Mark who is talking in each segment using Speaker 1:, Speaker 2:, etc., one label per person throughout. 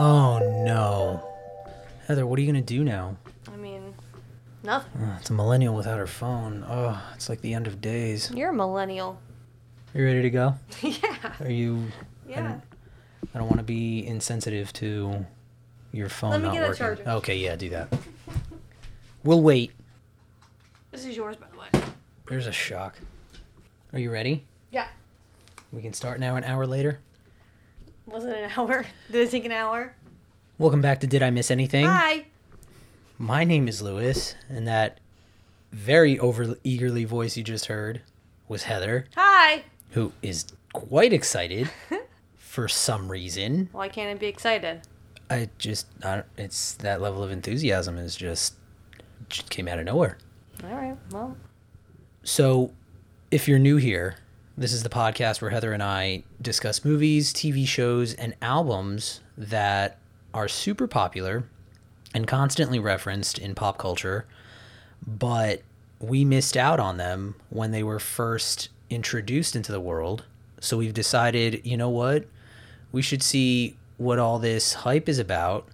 Speaker 1: Oh, together. What are you gonna do now?
Speaker 2: I mean, nothing.
Speaker 1: Ugh, it's a millennial without her phone. Oh, it's like the end of days.
Speaker 2: You're a millennial.
Speaker 1: Are you ready to go?
Speaker 2: yeah.
Speaker 1: Are you? I
Speaker 2: Yeah.
Speaker 1: don't, I don't want to be insensitive to your phone
Speaker 2: Let me
Speaker 1: not
Speaker 2: get a
Speaker 1: working.
Speaker 2: charger.
Speaker 1: Okay, yeah, do that. We'll wait.
Speaker 2: This is yours, by the way.
Speaker 1: There's a shock. Are you ready?
Speaker 2: Yeah.
Speaker 1: We can start now. An hour later.
Speaker 2: Was it an hour? Did it take an hour?
Speaker 1: Welcome back to Did I Miss Anything?
Speaker 2: Hi.
Speaker 1: My name is Lewis, and that very over eagerly voice you just heard was Heather,
Speaker 2: Hi.
Speaker 1: who is quite excited for some reason.
Speaker 2: Why can't I be excited?
Speaker 1: I just, I don't, it's that level of enthusiasm is just, just came out of nowhere.
Speaker 2: All right. Well,
Speaker 1: So, if you're new here, this is the podcast where Heather and I discuss movies, TV shows, and albums that are super popular and constantly referenced in pop culture, but we missed out on them when they were first introduced into the world. So, we've decided, you know what? We should see what all this hype is about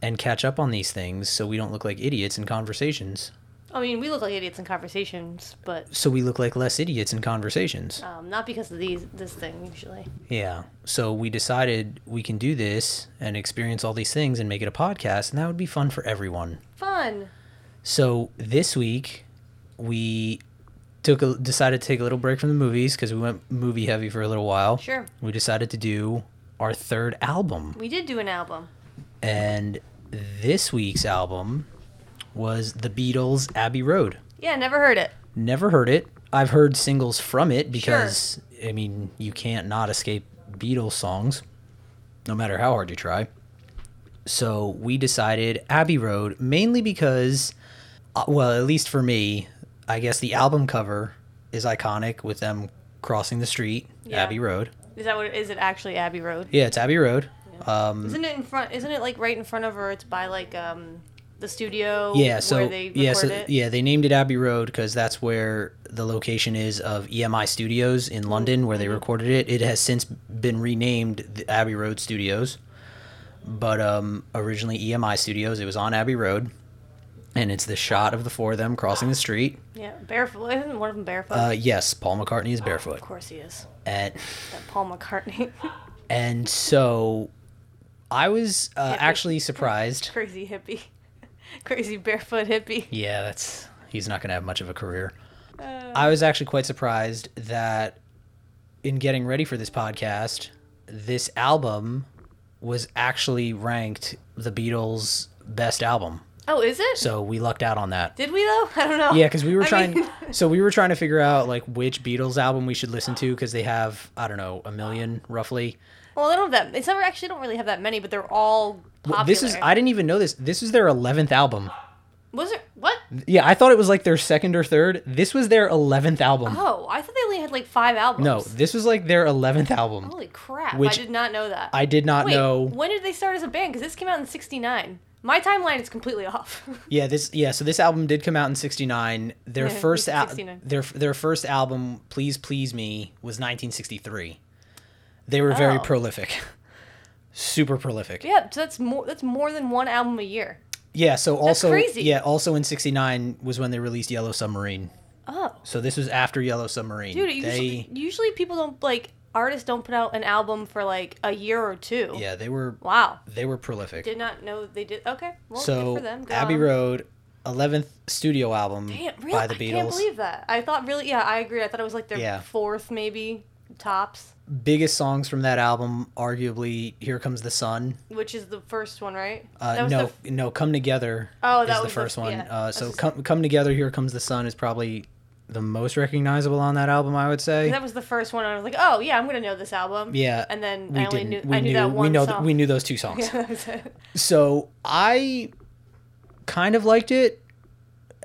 Speaker 1: and catch up on these things so we don't look like idiots in conversations.
Speaker 2: I mean, we look like idiots in conversations, but
Speaker 1: So, we look like less idiots in conversations.
Speaker 2: um, not because of these this thing usually.
Speaker 1: Yeah. So we decided we can do this and experience all these things and make it a podcast, and that would be fun for everyone.
Speaker 2: Fun.
Speaker 1: So this week, we took a, decided to take a little break from the movies because we went movie heavy for a little while.
Speaker 2: Sure.
Speaker 1: We decided to do our third album,
Speaker 2: We did do an album.
Speaker 1: and this week's album was The Beatles' Abbey Road.
Speaker 2: Yeah, never heard it.
Speaker 1: Never heard it. I've heard singles from it because I mean you can't not escape Beatles songs, no matter how hard you try. So we decided Abbey Road mainly because, uh, well, at least for me, I guess the album cover is iconic with them crossing the street,
Speaker 2: Yeah.
Speaker 1: Abbey Road.
Speaker 2: Is that what? Is it actually Abbey Road?
Speaker 1: Yeah, it's Abbey Road. Um,
Speaker 2: Isn't it in front? Isn't it like right in front of her? It's by like um the studio.
Speaker 1: yeah, so
Speaker 2: where they record
Speaker 1: yeah, so
Speaker 2: it.
Speaker 1: yeah, they named it Abbey Road because that's where the location is of EMI Studios
Speaker 2: Mm-hmm.
Speaker 1: in London, where they recorded it. It has since been renamed the Abbey Road Studios, but um, originally EMI Studios. It was on Abbey Road, and it's the shot of the four of them crossing the street.
Speaker 2: Yeah, barefoot. Isn't one of them barefoot?
Speaker 1: Uh, yes, Paul McCartney is
Speaker 2: Of
Speaker 1: barefoot,
Speaker 2: course he is.
Speaker 1: and
Speaker 2: That Paul McCartney,
Speaker 1: and so I was uh,
Speaker 2: Hippie.
Speaker 1: actually surprised.
Speaker 2: crazy hippie, crazy barefoot hippie.
Speaker 1: Yeah, that's he's not going to have much of a career.
Speaker 2: Uh,
Speaker 1: I was actually quite surprised that in getting ready for this podcast, this album was actually ranked the Beatles' best album.
Speaker 2: oh, is it?
Speaker 1: So we lucked out on that.
Speaker 2: Did we though? I don't know.
Speaker 1: Yeah, because we were
Speaker 2: I
Speaker 1: trying.
Speaker 2: mean-
Speaker 1: so we were trying to figure out like which Beatles album we should listen to because they have I don't know a million roughly.
Speaker 2: well, they don't have that. It's never actually don't really have that many, but they're all popular.
Speaker 1: Well, This is I didn't even know this. This is their eleventh album.
Speaker 2: was it what?
Speaker 1: Yeah, I thought it was like their second or third. This was their eleventh album.
Speaker 2: Oh, I thought they only had like five albums.
Speaker 1: No, this was like their eleventh album.
Speaker 2: Holy crap!
Speaker 1: Which-
Speaker 2: I did not know that.
Speaker 1: I did not
Speaker 2: Oh. Wait,
Speaker 1: know.
Speaker 2: when did they start as a band? Because this came out in '69. My timeline is completely off.
Speaker 1: Yeah, this yeah, so this album did come out in 69. Their
Speaker 2: Yeah,
Speaker 1: first
Speaker 2: it's
Speaker 1: al-
Speaker 2: 69.
Speaker 1: their their first album Please Please Me was 1963. They were very
Speaker 2: Oh.
Speaker 1: prolific. Super prolific. Yeah,
Speaker 2: yeah, so that's more. That's more than one album a year.
Speaker 1: so also
Speaker 2: crazy.
Speaker 1: yeah, also in 69 was when they released Yellow Submarine.
Speaker 2: Oh.
Speaker 1: So this was after Yellow Submarine.
Speaker 2: Dude,
Speaker 1: they
Speaker 2: usually, usually people don't like artists don't put out an album for like a year or two.
Speaker 1: yeah, they were
Speaker 2: Wow.
Speaker 1: they were prolific.
Speaker 2: Did not know they did. Okay. Well, good
Speaker 1: so
Speaker 2: for them. Go
Speaker 1: Abbey
Speaker 2: on.
Speaker 1: Road 11th studio album
Speaker 2: Damn, really?
Speaker 1: by the
Speaker 2: I
Speaker 1: Beatles.
Speaker 2: can't believe that. I thought really. Yeah, I agree. I thought it was like their
Speaker 1: Yeah.
Speaker 2: fourth, maybe tops,
Speaker 1: Biggest songs from that album arguably Here Comes the Sun.
Speaker 2: which is the first one, right? That
Speaker 1: Uh,
Speaker 2: was
Speaker 1: no,
Speaker 2: the-
Speaker 1: no, come together.
Speaker 2: Oh,
Speaker 1: is
Speaker 2: that was
Speaker 1: the
Speaker 2: the-
Speaker 1: first one.
Speaker 2: yeah,
Speaker 1: uh,
Speaker 2: that's
Speaker 1: so
Speaker 2: the-
Speaker 1: come, come together. Here comes the sun is probably the most recognizable on that album. I would say.
Speaker 2: that was the first one. And I was like, oh yeah, I'm gonna know this album.
Speaker 1: yeah,
Speaker 2: And then
Speaker 1: we
Speaker 2: I only
Speaker 1: didn't.
Speaker 2: knew
Speaker 1: we
Speaker 2: I knew, that one
Speaker 1: we know th-
Speaker 2: song.
Speaker 1: we knew those two songs.
Speaker 2: Yeah, that was it.
Speaker 1: So I kind of liked it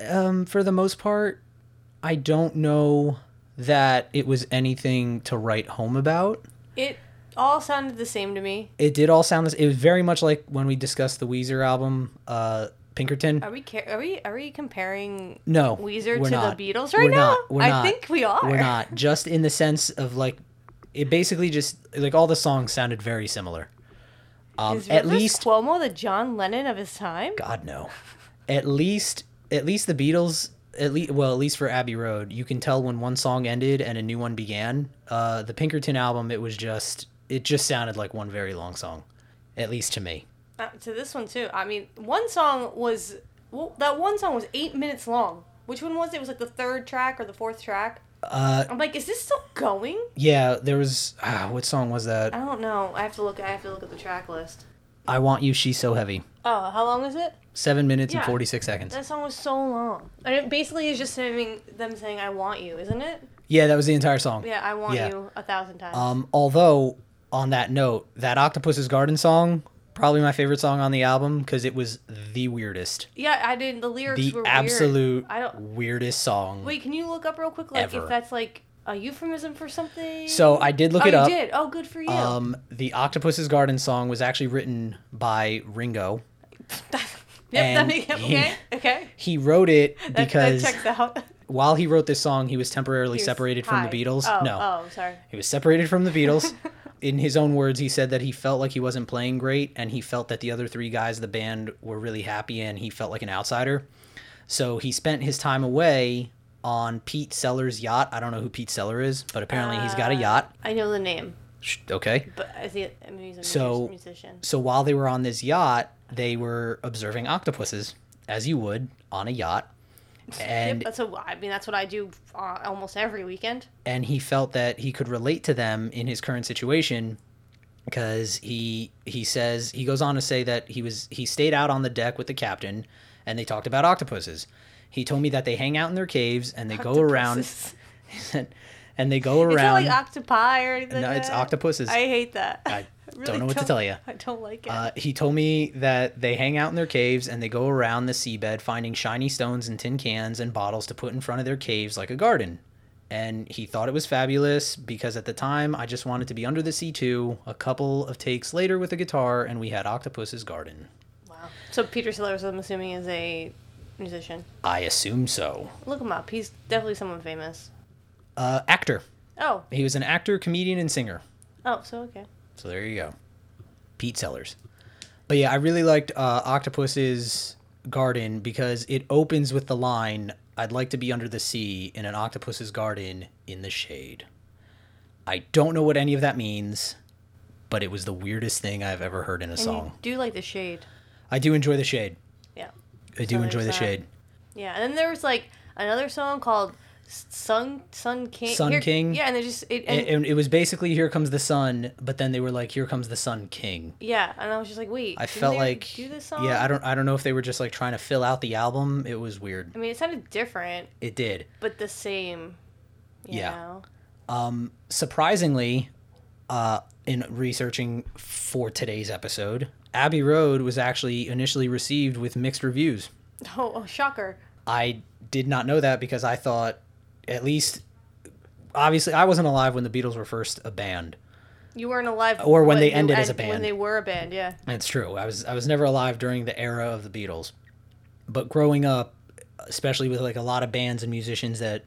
Speaker 1: um, for the most part. I don't know that it was anything to write home about.
Speaker 2: It all sounded the same to me.
Speaker 1: It did all sound. It was very much like when we discussed the Weezer album, uh, Pinkerton.
Speaker 2: Are we ca- are we are we comparing
Speaker 1: No,
Speaker 2: Weezer
Speaker 1: we're
Speaker 2: to
Speaker 1: not.
Speaker 2: the Beatles right
Speaker 1: We're
Speaker 2: now?
Speaker 1: not. We're
Speaker 2: I
Speaker 1: not.
Speaker 2: think we are.
Speaker 1: We're not. Just in the sense of like, it basically just like all the songs sounded very similar. Um,
Speaker 2: Is
Speaker 1: at
Speaker 2: Rivers
Speaker 1: least,
Speaker 2: Cuomo the John Lennon of his time?
Speaker 1: God no. At least, at least the Beatles. At least, well, at least for Abbey Road, you can tell when one song ended and a new one began. Uh, the Pinkerton album, it was just, it just sounded like one very long song, at least to me.
Speaker 2: Uh, to this one too. I mean, one song was well, that one song was eight minutes long. Which one was it? It was like the third track or the fourth track.
Speaker 1: Uh,
Speaker 2: I'm like, is this still going?
Speaker 1: yeah, there was. ah, what song was that?
Speaker 2: I don't know. I have to look. I have to look at the track list.
Speaker 1: I want you. She's so heavy.
Speaker 2: Oh, how long is it?
Speaker 1: Seven minutes
Speaker 2: Yeah.
Speaker 1: and forty six seconds.
Speaker 2: That song was so long. And it basically is just saying them saying "I want you," isn't it?
Speaker 1: Yeah, that was the entire song.
Speaker 2: Yeah, I want
Speaker 1: Yeah.
Speaker 2: you a thousand times.
Speaker 1: Um, although, on that note, that Octopus's Garden song, probably my favorite song on the album because it was the weirdest,
Speaker 2: yeah, I didn't. The lyrics
Speaker 1: the
Speaker 2: were
Speaker 1: absolute
Speaker 2: Weird. I don't.
Speaker 1: weirdest song.
Speaker 2: Wait, can you look up real quick, like
Speaker 1: Ever.
Speaker 2: if that's like a euphemism for something?
Speaker 1: So I did look
Speaker 2: oh,
Speaker 1: it
Speaker 2: you
Speaker 1: up.
Speaker 2: Did oh, good for you.
Speaker 1: Um, the Octopus's Garden song was actually written by Ringo.
Speaker 2: yep, that
Speaker 1: and
Speaker 2: makes
Speaker 1: he-
Speaker 2: okay. Okay,
Speaker 1: He wrote it
Speaker 2: that,
Speaker 1: because
Speaker 2: that checks out.
Speaker 1: while he wrote this song, he was temporarily
Speaker 2: He was
Speaker 1: separated
Speaker 2: high.
Speaker 1: from the Beatles.
Speaker 2: Oh,
Speaker 1: no,
Speaker 2: Oh, sorry.
Speaker 1: He was separated from the Beatles. In his own words, he said that he felt like he wasn't playing great and he felt that the other three guys of the band were really happy and he felt like an outsider. So he spent his time away on Pete Sellers' yacht. I don't know who Pete Seller is, but apparently he's got a
Speaker 2: Uh,
Speaker 1: yacht.
Speaker 2: I know the name,
Speaker 1: Sh- Okay.
Speaker 2: but is he? I mean, he's a
Speaker 1: So-
Speaker 2: music- musician.
Speaker 1: So while they were on this yacht, they were observing octopuses, as you would on a yacht. And
Speaker 2: yep, that's a. I mean, that's what I do uh, almost every weekend.
Speaker 1: and he felt that he could relate to them in his current situation because he he says he goes on to say that he was he stayed out on the deck with the captain and they talked about octopuses. He told me that they hang out in their caves and they go around
Speaker 2: Octopuses.
Speaker 1: and they go
Speaker 2: Is that
Speaker 1: around.
Speaker 2: like octopi or anything?
Speaker 1: no,
Speaker 2: like
Speaker 1: it's
Speaker 2: that?
Speaker 1: octopuses.
Speaker 2: I hate that.
Speaker 1: I don't know what to tell ya.
Speaker 2: I don't like it.
Speaker 1: Uh, he told me that they hang out in their caves and they go around the seabed finding shiny stones and tin cans and bottles to put in front of their caves like a garden. And he thought it was fabulous because at the time I just wanted to be under the sea too. A couple of takes later with a guitar and we had Octopus's Garden.
Speaker 2: wow. So Peter Sellers, I'm assuming, is a musician.
Speaker 1: I assume so.
Speaker 2: Look him up. He's definitely someone famous.
Speaker 1: Uh, actor.
Speaker 2: Oh.
Speaker 1: He was an actor, comedian, and singer.
Speaker 2: Oh. So okay.
Speaker 1: So there you go. Pete Sellers. But yeah, I really liked uh, Octopus's Garden because it opens with the line I'd like to be under the sea in an octopus's garden in the shade. I don't know what any of that means, but it was the weirdest thing I've ever heard in a
Speaker 2: And you
Speaker 1: song.
Speaker 2: do like the shade.
Speaker 1: I do enjoy the shade.
Speaker 2: Yeah.
Speaker 1: I do
Speaker 2: So
Speaker 1: enjoy
Speaker 2: there's
Speaker 1: the
Speaker 2: that.
Speaker 1: shade.
Speaker 2: Yeah, and then there was like another song called "Sun Sun King."
Speaker 1: Sun
Speaker 2: Here-
Speaker 1: King?
Speaker 2: Yeah, and they just it, and,
Speaker 1: And, and it was basically Here Comes the Sun, but then they were like, Here Comes the Sun King.
Speaker 2: yeah, and I was just like, wait.
Speaker 1: I
Speaker 2: didn't
Speaker 1: felt
Speaker 2: they
Speaker 1: like
Speaker 2: do this song?
Speaker 1: Yeah, I don't I don't know if they were just like trying to fill out the album. It was weird.
Speaker 2: I mean, it sounded different,
Speaker 1: It did.
Speaker 2: but the same. You
Speaker 1: Yeah.
Speaker 2: Know?
Speaker 1: Um, surprisingly, uh, in researching for today's episode, Abbey Road was actually initially received with mixed reviews.
Speaker 2: Oh, oh, shocker!
Speaker 1: I did not know that because I thought, at least, obviously, I wasn't alive when the Beatles were first a band.
Speaker 2: You weren't alive.
Speaker 1: Or when they
Speaker 2: you
Speaker 1: ended as a
Speaker 2: When
Speaker 1: band.
Speaker 2: they were a band, yeah.
Speaker 1: That's true. I was I was never alive during the era of the Beatles, but growing up, especially with like a lot of bands and musicians that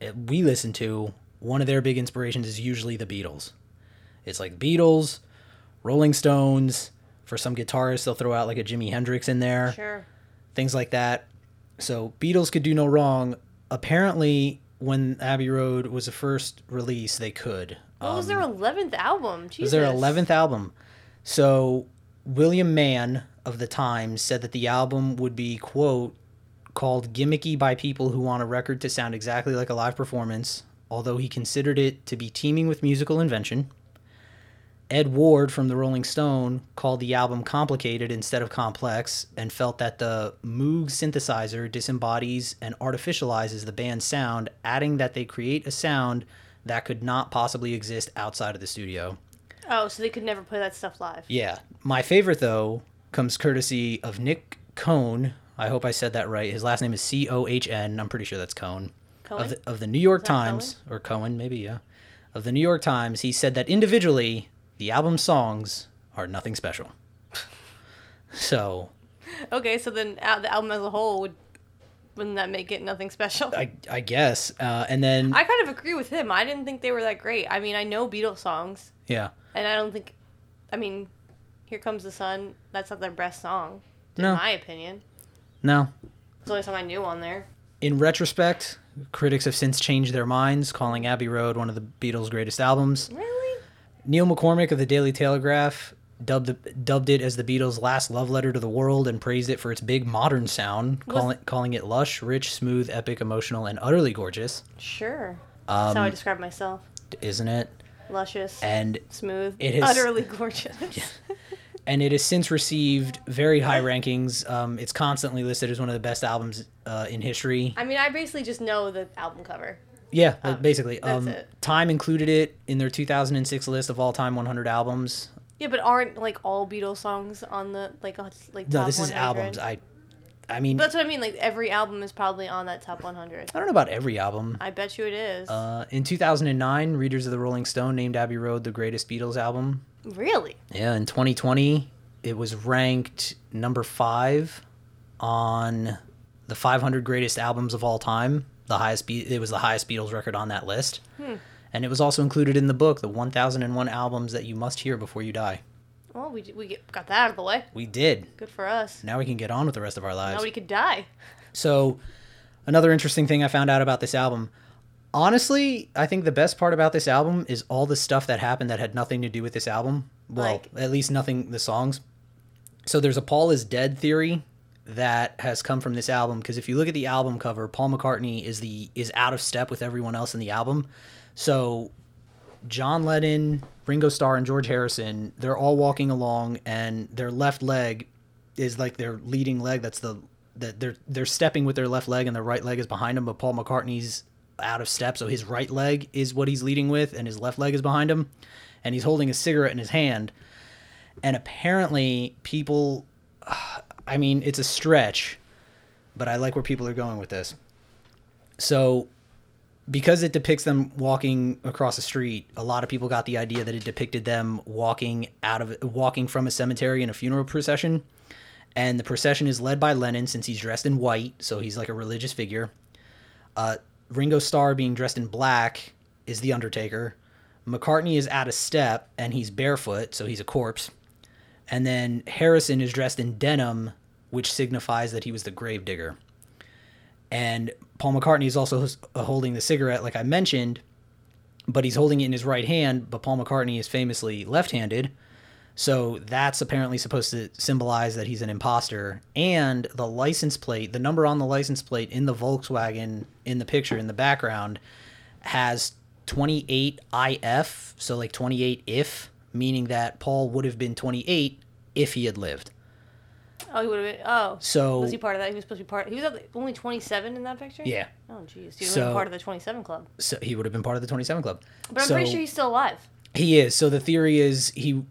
Speaker 1: uh, we listen to, one of their big inspirations is usually the Beatles. It's like Beatles, Rolling Stones. For some guitarists, they'll throw out like a Jimi Hendrix in there,
Speaker 2: Sure.
Speaker 1: things like that. So Beatles could do no wrong. Apparently, when Abbey Road was the first release, they could.
Speaker 2: What was their eleventh album? Jesus.
Speaker 1: It Um, was their 11th album. So William Mann of the Times said that the album would be, quote, called gimmicky by people who want a record to sound exactly like a live performance, although he considered it to be teeming with musical invention. Ed Ward from the Rolling Stone called the album complicated instead of complex and felt that the Moog synthesizer disembodies and artificializes the band's sound, adding that they create a sound that could not possibly exist outside of the studio.
Speaker 2: Oh, so they could never play that stuff live.
Speaker 1: Yeah. My favorite though comes courtesy of Nick Cohn. I hope I said that right. His last name is C O H N. I'm pretty sure that's Cohn.
Speaker 2: Cohen?
Speaker 1: Of the, of the New York
Speaker 2: Is that
Speaker 1: Times or Cohen, maybe, yeah. Of the New York Times, he said that individually the album songs are nothing special. so,
Speaker 2: Okay, so then uh, the album as a whole would wouldn't that make it nothing special?
Speaker 1: I I guess uh, and then
Speaker 2: I kind of agree with him. I didn't think they were that great. I mean, I know Beatles songs,
Speaker 1: yeah.
Speaker 2: and I don't think, I mean, Here Comes the Sun, that's not their best song, in
Speaker 1: No.
Speaker 2: my opinion.
Speaker 1: No.
Speaker 2: It's the only song I knew on there.
Speaker 1: In retrospect, critics have since changed their minds, calling Abbey Road one of the Beatles' greatest albums.
Speaker 2: Really?
Speaker 1: Neil McCormick of the Daily Telegraph dubbed dubbed it as the Beatles' last love letter to the world and praised it for its big modern sound,
Speaker 2: Was-
Speaker 1: calling calling it lush, rich, smooth, epic, emotional, and utterly gorgeous.
Speaker 2: Sure.
Speaker 1: Um,
Speaker 2: that's how I describe myself.
Speaker 1: Isn't it?
Speaker 2: Luscious,
Speaker 1: And
Speaker 2: smooth,
Speaker 1: it is-
Speaker 2: utterly gorgeous.
Speaker 1: and it has since received very high rankings. Um, it's constantly listed as one of the best albums uh, in history.
Speaker 2: I mean, I basically just know the album cover.
Speaker 1: Yeah, uh, basically.
Speaker 2: Oh, that's
Speaker 1: um,
Speaker 2: it.
Speaker 1: Time included it in their 2006 list of all-time 100 albums.
Speaker 2: Yeah, but aren't like all Beatles songs on the like uh, like
Speaker 1: No,
Speaker 2: top
Speaker 1: this is
Speaker 2: 100?
Speaker 1: albums. I, I mean,
Speaker 2: But that's what I mean. Like every album is probably on that top 100.
Speaker 1: I don't know about every album.
Speaker 2: I bet you it is.
Speaker 1: Uh, in 2009, readers of the Rolling Stone named Abbey Road the greatest Beatles album.
Speaker 2: really?
Speaker 1: Yeah, in 2020, it was ranked number five on the 500 greatest albums of all time. The highest Be- it was the highest Beatles record on that list, and it was also included in the book, the 1001 albums that you must hear before you die.
Speaker 2: Well, we we get, got that out of the way.
Speaker 1: We did.
Speaker 2: Good for us.
Speaker 1: Now we can get on with the rest of our lives.
Speaker 2: Nobody could die.
Speaker 1: So, another interesting thing I found out about this album. Honestly, I think the best part about this album is all the stuff that happened that had nothing to do with this album. Well,
Speaker 2: Like-
Speaker 1: at least nothing the songs. So there's a Paul is dead theory that has come from this album because if you look at the album cover, Paul McCartney is the is out of step with everyone else in the album. So John Lennon, Ringo Starr, and George Harrison, they're all walking along, and their left leg is like their leading leg. That's the that they're they're stepping with their left leg, and their right leg is behind them. But Paul McCartney's out of step, so his right leg is what he's leading with, and his left leg is behind him, and he's holding a cigarette in his hand. And apparently, people, I mean, it's a stretch, but I like where people are going with this. So because it depicts them walking across a street, a lot of people got the idea that it depicted them walking out of walking from a cemetery in a funeral procession. And the procession is led by Lennon since he's dressed in white, so he's like a religious figure. Uh, Ringo Starr being dressed in black is the Undertaker. McCartney is out of step and he's barefoot, so he's a corpse. And then Harrison is dressed in denim, which signifies that he was the gravedigger and Paul McCartney is also hos- uh, holding the cigarette, like I mentioned, but he's holding it in his right hand. But Paul McCartney is famously left-handed, so that's apparently supposed to symbolize that he's an imposter. And the license plate, the number on the license plate in the Volkswagen in the picture in the background, has 28 IF, so like 28 if, meaning that Paul would have been 28 if he had lived.
Speaker 2: Oh, he would have been. Oh,
Speaker 1: So-
Speaker 2: was he part of that? He was supposed to be part. He was at the- only 27 in that picture.
Speaker 1: Yeah.
Speaker 2: Oh, jeez, he was
Speaker 1: So-
Speaker 2: part of the 27 club.
Speaker 1: So he would have been part of the 27 Club.
Speaker 2: But I'm
Speaker 1: So-
Speaker 2: pretty sure he's still alive.
Speaker 1: He is. So the theory is he.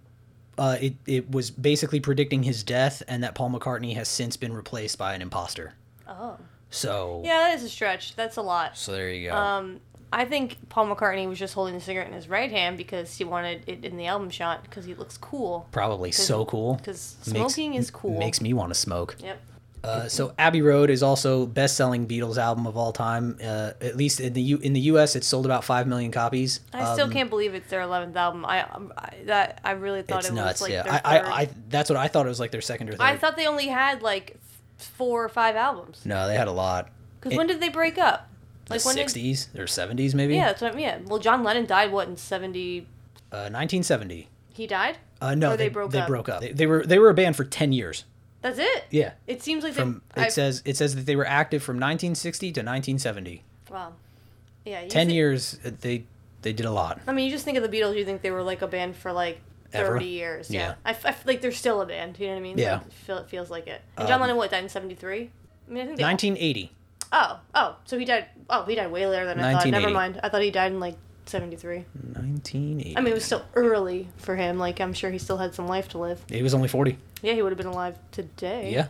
Speaker 1: Uh, it, it was basically predicting his death and that Paul McCartney has since been replaced by an imposter.
Speaker 2: Oh.
Speaker 1: So
Speaker 2: Yeah, that is a stretch. That's a lot.
Speaker 1: so there you go.
Speaker 2: Um, I think Paul McCartney was just holding the cigarette in his right hand because he wanted it in the album shot because he looks cool.
Speaker 1: Probably so cool.
Speaker 2: Because
Speaker 1: Makes-
Speaker 2: smoking is cool.
Speaker 1: Makes me want to smoke.
Speaker 2: Yep.
Speaker 1: Uh, so Abbey Road is also best-selling Beatles album of all time. Uh, at least in the U- in the U.S., it's sold about five million copies. Um,
Speaker 2: I still can't believe it's their eleventh album. I, um, I that I really thought
Speaker 1: It's
Speaker 2: it was
Speaker 1: nuts.
Speaker 2: like
Speaker 1: yeah,
Speaker 2: their
Speaker 1: I,
Speaker 2: third-
Speaker 1: I, I that's what I thought it was like their second or third.
Speaker 2: I thought they only had like f- four or five albums.
Speaker 1: no, they had a lot.
Speaker 2: Because
Speaker 1: It-
Speaker 2: when did they break up?
Speaker 1: The
Speaker 2: when did-
Speaker 1: '60s or '70s maybe.
Speaker 2: yeah, that's what I mean. Yeah. Well, John Lennon died what in seventy?
Speaker 1: Uh, 1970.
Speaker 2: He died.
Speaker 1: Uh, no, they,
Speaker 2: Or Oh, they
Speaker 1: they
Speaker 2: broke
Speaker 1: broke
Speaker 2: up.
Speaker 1: up. They, they were they were a band for ten years.
Speaker 2: That's it.
Speaker 1: Yeah,
Speaker 2: It seems like
Speaker 1: from
Speaker 2: they. I,
Speaker 1: it says it says that they were active from 1960 to 1970.
Speaker 2: wow. Yeah. You
Speaker 1: Ten
Speaker 2: thi-
Speaker 1: years. uh, They they did a lot.
Speaker 2: I mean, you just think of the Beatles. You think they were like a band for like
Speaker 1: Ever?
Speaker 2: thirty years. Yeah.
Speaker 1: Yeah.
Speaker 2: I, f- I f- like they're still a band. You know what I mean?
Speaker 1: Yeah.
Speaker 2: Like, feel it feels like it. And John
Speaker 1: Um,
Speaker 2: Lennon what died in seventy three. I mean, I think they all-
Speaker 1: 1980.
Speaker 2: Oh, oh, so he died. Oh, he died way later than I thought. Never
Speaker 1: 1980.
Speaker 2: mind. I thought he died in like '73.
Speaker 1: 1980.
Speaker 2: I mean, it was still early for him. Like, I'm sure he still had some life to live.
Speaker 1: he was only 40.
Speaker 2: Yeah, he would have been alive today.
Speaker 1: Yeah.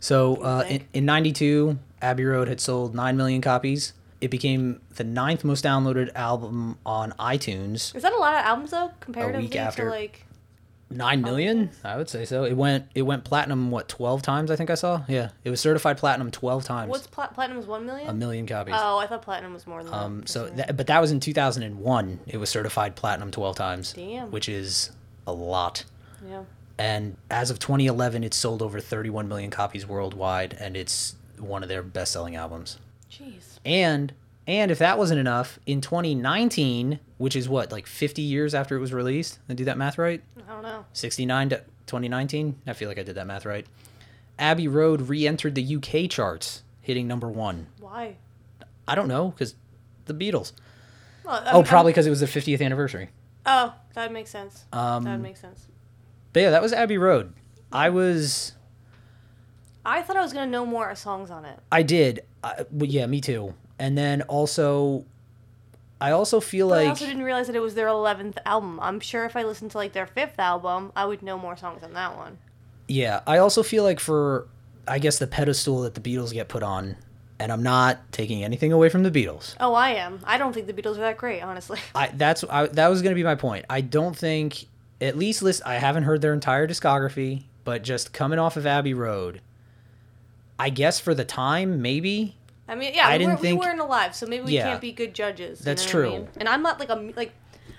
Speaker 1: So uh, in,
Speaker 2: think?
Speaker 1: in 92, Abbey Road had sold 9 million copies. It became the ninth most downloaded album on iTunes.
Speaker 2: Is that a lot of albums though, comparatively
Speaker 1: after.
Speaker 2: to like? Oh.
Speaker 1: 9 million? I would say so. It went it went platinum what 12 times I think I saw. Yeah. It was certified platinum 12 times.
Speaker 2: What's plat- platinum was one
Speaker 1: a
Speaker 2: million?
Speaker 1: million copies.
Speaker 2: Oh, I thought platinum was more than that.
Speaker 1: Um,
Speaker 2: for
Speaker 1: so
Speaker 2: some
Speaker 1: that, but that was in 2001. It was certified platinum 12 times,
Speaker 2: Damn.
Speaker 1: which is a lot.
Speaker 2: reason. yeah,
Speaker 1: And as of 2011, it's sold over 31 million copies worldwide, and it's one of their best-selling albums.
Speaker 2: Jeez.
Speaker 1: And and if that wasn't enough, in 2019, which is what like 50 years after it was released, did I do that math right?
Speaker 2: I don't know.
Speaker 1: 69 to 2019. I feel like I did that math right. Abbey Road re-entered the UK charts, hitting number one.
Speaker 2: Why?
Speaker 1: I don't know because the Beatles.
Speaker 2: Well,
Speaker 1: Oh, probably because it was their 50th anniversary.
Speaker 2: Oh, that makes sense.
Speaker 1: Um,
Speaker 2: that makes sense.
Speaker 1: But yeah, that was Abbey Road. I was,
Speaker 2: I thought I was gonna know more songs on it.
Speaker 1: I did. I, well, yeah, me too. And then also, I also feel
Speaker 2: But
Speaker 1: like
Speaker 2: I also didn't realize that it was their eleventh album. I'm sure if I listened to like their fifth album, I would know more songs on that one.
Speaker 1: Yeah, I also feel like for I guess the pedestal that the Beatles get put on, and I'm not taking anything away from the Beatles.
Speaker 2: Oh, I am. I don't think the Beatles are that great, honestly.
Speaker 1: I that's I, that was going to be my point. I don't think at least list I haven't heard their entire discography, but just coming off of Abbey Road, I guess for the time maybe
Speaker 2: I mean, yeah,
Speaker 1: I
Speaker 2: we,
Speaker 1: didn't
Speaker 2: were,
Speaker 1: think-
Speaker 2: we weren't alive, so maybe we
Speaker 1: Yeah.
Speaker 2: can't be good judges. you
Speaker 1: That's
Speaker 2: know what I
Speaker 1: true.
Speaker 2: mean? And I'm not like a mu- like,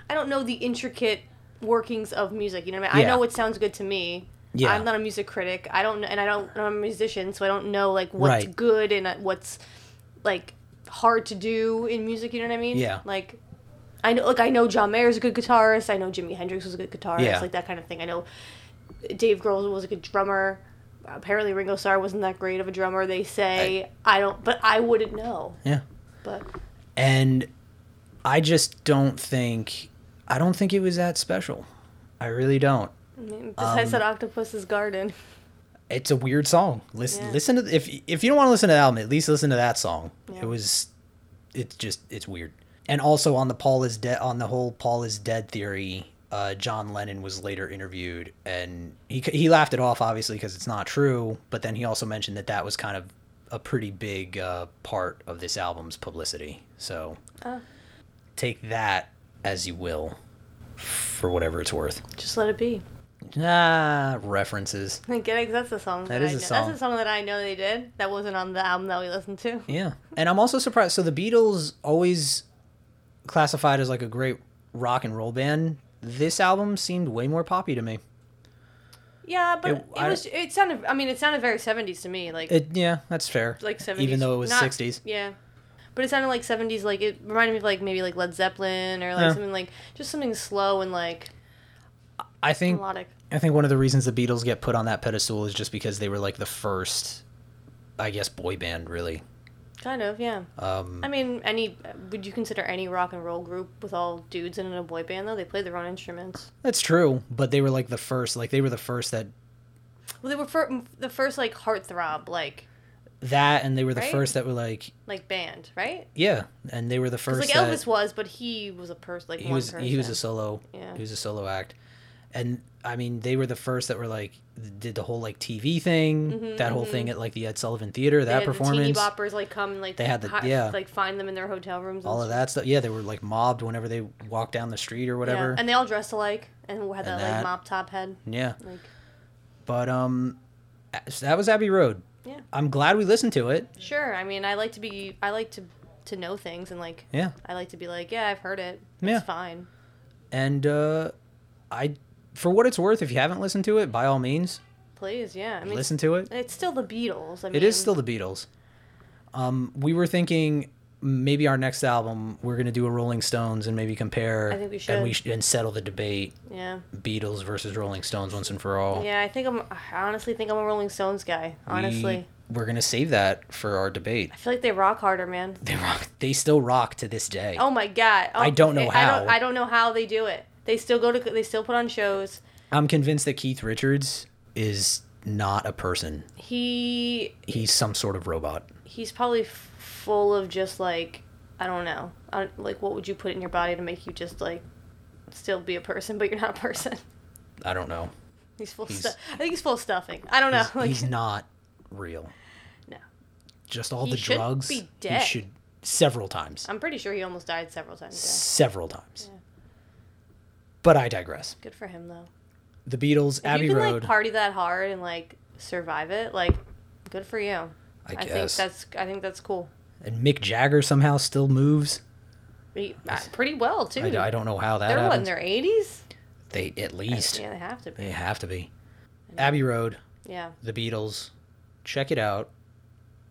Speaker 2: I don't know the intricate workings of music. You know what I mean?
Speaker 1: Yeah.
Speaker 2: I know what sounds good to me.
Speaker 1: Yeah.
Speaker 2: I'm not a music critic. I don't, kn- and I don't. I'm a musician, so I don't know like what's
Speaker 1: Right.
Speaker 2: good and uh, what's like hard to do in music. You know what I mean?
Speaker 1: Yeah.
Speaker 2: Like. I know, like I know John Mayer's a good guitarist. I know Jimi Hendrix was a good guitarist,
Speaker 1: Yeah.
Speaker 2: like that kind of thing. I know Dave Grohl was a good drummer. Apparently, Ringo Starr wasn't that great of a drummer. They say I, don't, but I wouldn't know.
Speaker 1: yeah,
Speaker 2: But
Speaker 1: and I just don't think I don't think it was that special. I really don't.
Speaker 2: I mean, besides
Speaker 1: Um,
Speaker 2: that, Octopus's Garden.
Speaker 1: it's a weird song. Listen,
Speaker 2: Yeah.
Speaker 1: listen to if if you don't want to listen to the album, at least listen to that song.
Speaker 2: Yeah.
Speaker 1: It was, it's just it's weird. And also on the Paul is dead on the whole Paul is dead theory. Uh, John Lennon was later interviewed, and he c- he laughed it off obviously because it's not true. But then he also mentioned that that was kind of a pretty big uh, part of this album's publicity. So
Speaker 2: Oh.
Speaker 1: take that as you will, for whatever it's worth.
Speaker 2: Just let it be.
Speaker 1: Ah, references.
Speaker 2: Get it? 'Cause that's the song.
Speaker 1: That
Speaker 2: I
Speaker 1: is a
Speaker 2: know.
Speaker 1: song.
Speaker 2: That's the song that I know they did. That wasn't on the album that we listened to.
Speaker 1: Yeah. And I'm also surprised. So the Beatles always classified as like a great rock and roll band. This album seemed way more poppy to me.
Speaker 2: Yeah, but
Speaker 1: It-
Speaker 2: it,
Speaker 1: I-
Speaker 2: was. It sounded. I mean, it sounded very seventies to me. Like
Speaker 1: It, yeah, that's fair.
Speaker 2: like seventies.
Speaker 1: Even though it was
Speaker 2: not-
Speaker 1: 60s.
Speaker 2: Yeah, but it sounded like seventies. Like it reminded me of like maybe like Led Zeppelin or like
Speaker 1: Yeah.
Speaker 2: something like just something slow and like
Speaker 1: I think
Speaker 2: melodic.
Speaker 1: I think one of the reasons the Beatles get put on that pedestal is just because they were like the first I guess boy band really.
Speaker 2: Kind of. Yeah.
Speaker 1: Um
Speaker 2: I mean, any would you consider any rock and roll group with all dudes in a boy band though? They play their own instruments.
Speaker 1: that's true, but they were like the first like they were the first that
Speaker 2: Well, they were fir- the first like heartthrob like
Speaker 1: that and they were the
Speaker 2: Right?
Speaker 1: first that were like
Speaker 2: like band, right?
Speaker 1: yeah, and they were the
Speaker 2: 'Cause,
Speaker 1: first
Speaker 2: like
Speaker 1: that-
Speaker 2: Elvis was, but he was a person like
Speaker 1: he
Speaker 2: one
Speaker 1: was
Speaker 2: person.
Speaker 1: he was a solo
Speaker 2: Yeah.
Speaker 1: he was a solo act and i mean they were the first that were like did the whole like tv thing
Speaker 2: Mhm,
Speaker 1: that whole thing at like the ed sullivan theater
Speaker 2: they
Speaker 1: that
Speaker 2: had
Speaker 1: performance
Speaker 2: The teeny boppers like come and like
Speaker 1: They had the-
Speaker 2: hi-
Speaker 1: yeah.
Speaker 2: like find them in their hotel rooms.
Speaker 1: all
Speaker 2: and
Speaker 1: of
Speaker 2: shit.
Speaker 1: that stuff yeah they were like mobbed whenever they walked down the street or
Speaker 2: Yeah,
Speaker 1: whatever yeah,
Speaker 2: And they all dressed alike and had that,
Speaker 1: that-
Speaker 2: like mop top head. Like
Speaker 1: but um a- so that was abbey road
Speaker 2: Yeah.
Speaker 1: i'm glad we listened to it
Speaker 2: sure. I mean, I like to be. I like to to know things and like.
Speaker 1: yeah
Speaker 2: I like to be like, yeah, I've heard it. It's
Speaker 1: Yeah.
Speaker 2: fine.
Speaker 1: and uh i for what it's worth if you haven't listened to it by all means
Speaker 2: Please, yeah. I mean,
Speaker 1: listen to it
Speaker 2: it's still the Beatles. I mean,
Speaker 1: It is still the Beatles. Um, we were thinking maybe our next album we're gonna do a Rolling Stones and maybe compare
Speaker 2: I think we
Speaker 1: and we
Speaker 2: should.
Speaker 1: sh- and settle the debate
Speaker 2: Yeah.
Speaker 1: Beatles versus Rolling Stones once and for all.
Speaker 2: Yeah, I think I'm. I honestly think I'm a Rolling Stones guy.
Speaker 1: We-
Speaker 2: Honestly,
Speaker 1: we're gonna save that for our debate.
Speaker 2: I feel like they rock harder, man.
Speaker 1: They rock. They still rock to this day.
Speaker 2: Oh my god. Oh,
Speaker 1: I don't know
Speaker 2: I don't,
Speaker 1: how.
Speaker 2: I don't know how they do it. They still go to. They still put on shows.
Speaker 1: I'm convinced that Keith Richards is not a person.
Speaker 2: He
Speaker 1: He's some sort of robot.
Speaker 2: he's probably f- full of just like I don't know. I don't, like what would you put in your body to make you just like still be a person, but you're not a person.
Speaker 1: I don't know.
Speaker 2: He's full. of
Speaker 1: He's-
Speaker 2: stu- I think he's full of stuffing. I don't know.
Speaker 1: He's,
Speaker 2: like,
Speaker 1: he's not real.
Speaker 2: No.
Speaker 1: Just all
Speaker 2: He
Speaker 1: the
Speaker 2: should
Speaker 1: drugs.
Speaker 2: be
Speaker 1: He
Speaker 2: dead.
Speaker 1: should several times.
Speaker 2: I'm pretty sure he almost died several times.
Speaker 1: several times.
Speaker 2: Yeah.
Speaker 1: But I digress.
Speaker 2: Yeah. Good for him though.
Speaker 1: The Beatles,
Speaker 2: If
Speaker 1: Abbey
Speaker 2: you can
Speaker 1: Road.
Speaker 2: like party that hard and like survive it, like good for you.
Speaker 1: I
Speaker 2: I, think
Speaker 1: guess.
Speaker 2: that's I think that's cool.
Speaker 1: and Mick Jagger somehow still moves.
Speaker 2: He- uh, pretty well too.
Speaker 1: I, I don't know how that
Speaker 2: They're what in
Speaker 1: happens.
Speaker 2: their eighties?
Speaker 1: They at least
Speaker 2: Yeah, they have to be.
Speaker 1: they have to be. Abbey Road,
Speaker 2: Yeah.
Speaker 1: The Beatles. Check it out.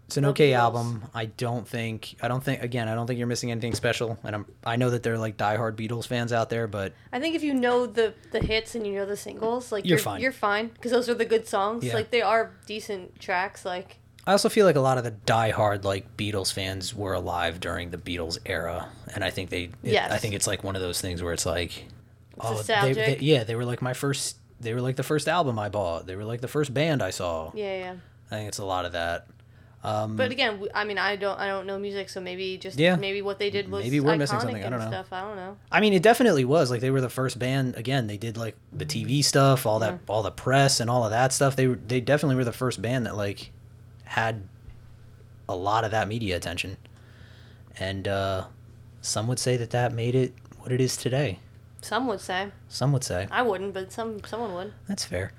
Speaker 1: It's an
Speaker 2: The
Speaker 1: okay
Speaker 2: Beatles.
Speaker 1: album. I don't think I don't think again, I don't think you're missing anything special and I'm I know that there're like diehard Beatles fans out there, but
Speaker 2: I think if you know the the hits and you know the singles, like
Speaker 1: You're fine.
Speaker 2: You're fine because those are the good songs.
Speaker 1: Yeah.
Speaker 2: Like they are decent tracks. Like
Speaker 1: I also feel like a lot of the diehard like Beatles fans were alive during the Beatles era, and I think they. It,
Speaker 2: Yes.
Speaker 1: I think it's like one of those things where it's like, oh, they,
Speaker 2: nostalgic.
Speaker 1: they, yeah, they were like my first. They were like the first album I bought. They were like the first band I saw.
Speaker 2: yeah, yeah.
Speaker 1: I think it's a lot of that. Um,
Speaker 2: But again, w- I mean, I don't, I don't know music, so maybe just
Speaker 1: Yeah.
Speaker 2: maybe what they did was
Speaker 1: Maybe
Speaker 2: iconic
Speaker 1: we're missing something, I
Speaker 2: and
Speaker 1: don't know.
Speaker 2: stuff. I don't know.
Speaker 1: I mean, it definitely was like they were the first band. Again, they did like the TV stuff, all that, all the press, and all of that stuff. They were- they definitely were the first band that like had a lot of that media attention, and uh, some would say that that made it what it is today.
Speaker 2: Some would say
Speaker 1: Some would say
Speaker 2: I wouldn't, but some someone would.
Speaker 1: that's fair.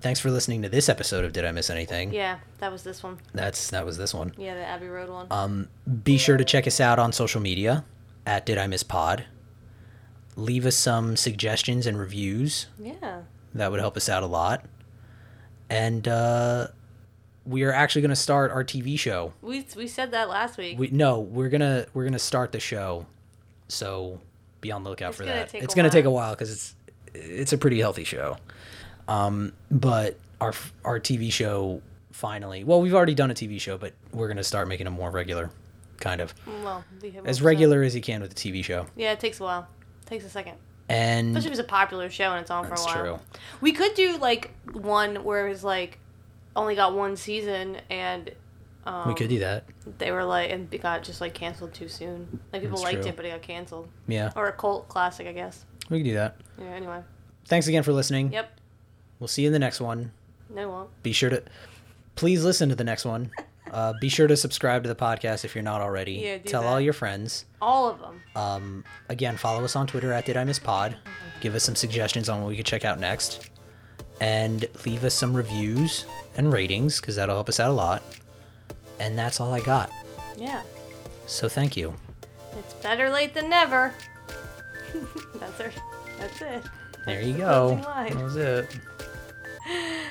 Speaker 1: Thanks for listening to this episode of Did I Miss Anything?
Speaker 2: Yeah, that was this one.
Speaker 1: That's that was this one.
Speaker 2: Yeah, the Abbey Road one.
Speaker 1: Um, be sure to check us out on social media at Did I Miss Pod. Leave us some suggestions and reviews.
Speaker 2: yeah,
Speaker 1: That would help us out a lot. And uh, we are actually going to start our TV show.
Speaker 2: we we said that last week.
Speaker 1: We no, we're gonna we're gonna start the show. So be on the lookout
Speaker 2: It's
Speaker 1: for
Speaker 2: gonna
Speaker 1: that.
Speaker 2: take
Speaker 1: it's
Speaker 2: a
Speaker 1: gonna take a
Speaker 2: while.
Speaker 1: while because it's it's a pretty healthy show. Um, but our f- our TV show finally. Well, we've already done a TV show, but we're gonna start making them more regular, kind of
Speaker 2: well, we have
Speaker 1: as
Speaker 2: so-
Speaker 1: regular as you can with the TV show.
Speaker 2: Yeah, it takes a while. takes a second,
Speaker 1: And
Speaker 2: especially if it's a popular show and it's on
Speaker 1: that's
Speaker 2: for a while.
Speaker 1: true.
Speaker 2: We could do like one where it's like only got one season and um,
Speaker 1: we could do that.
Speaker 2: they were like and it got just like canceled too soon. Like people
Speaker 1: That's
Speaker 2: liked
Speaker 1: true.
Speaker 2: it, but it got canceled.
Speaker 1: Yeah,
Speaker 2: Or a cult classic, I guess.
Speaker 1: we could do that.
Speaker 2: Yeah. Anyway.
Speaker 1: Thanks again for listening.
Speaker 2: Yep.
Speaker 1: We'll see you in the next one.
Speaker 2: No, it won't.
Speaker 1: be sure to please listen to the next one uh, be sure to subscribe to the podcast if you're not already
Speaker 2: Yeah, do
Speaker 1: tell
Speaker 2: that.
Speaker 1: all your friends
Speaker 2: All of them.
Speaker 1: um, again follow us on twitter at did i miss pod give us some suggestions on what we could check out next and leave us some reviews and ratings because that'll help us out a lot and that's all i got
Speaker 2: Yeah.
Speaker 1: so thank you
Speaker 2: It's better late than never. that's our. That's it.
Speaker 1: there you
Speaker 2: That's the
Speaker 1: go
Speaker 2: closing line.
Speaker 1: that was it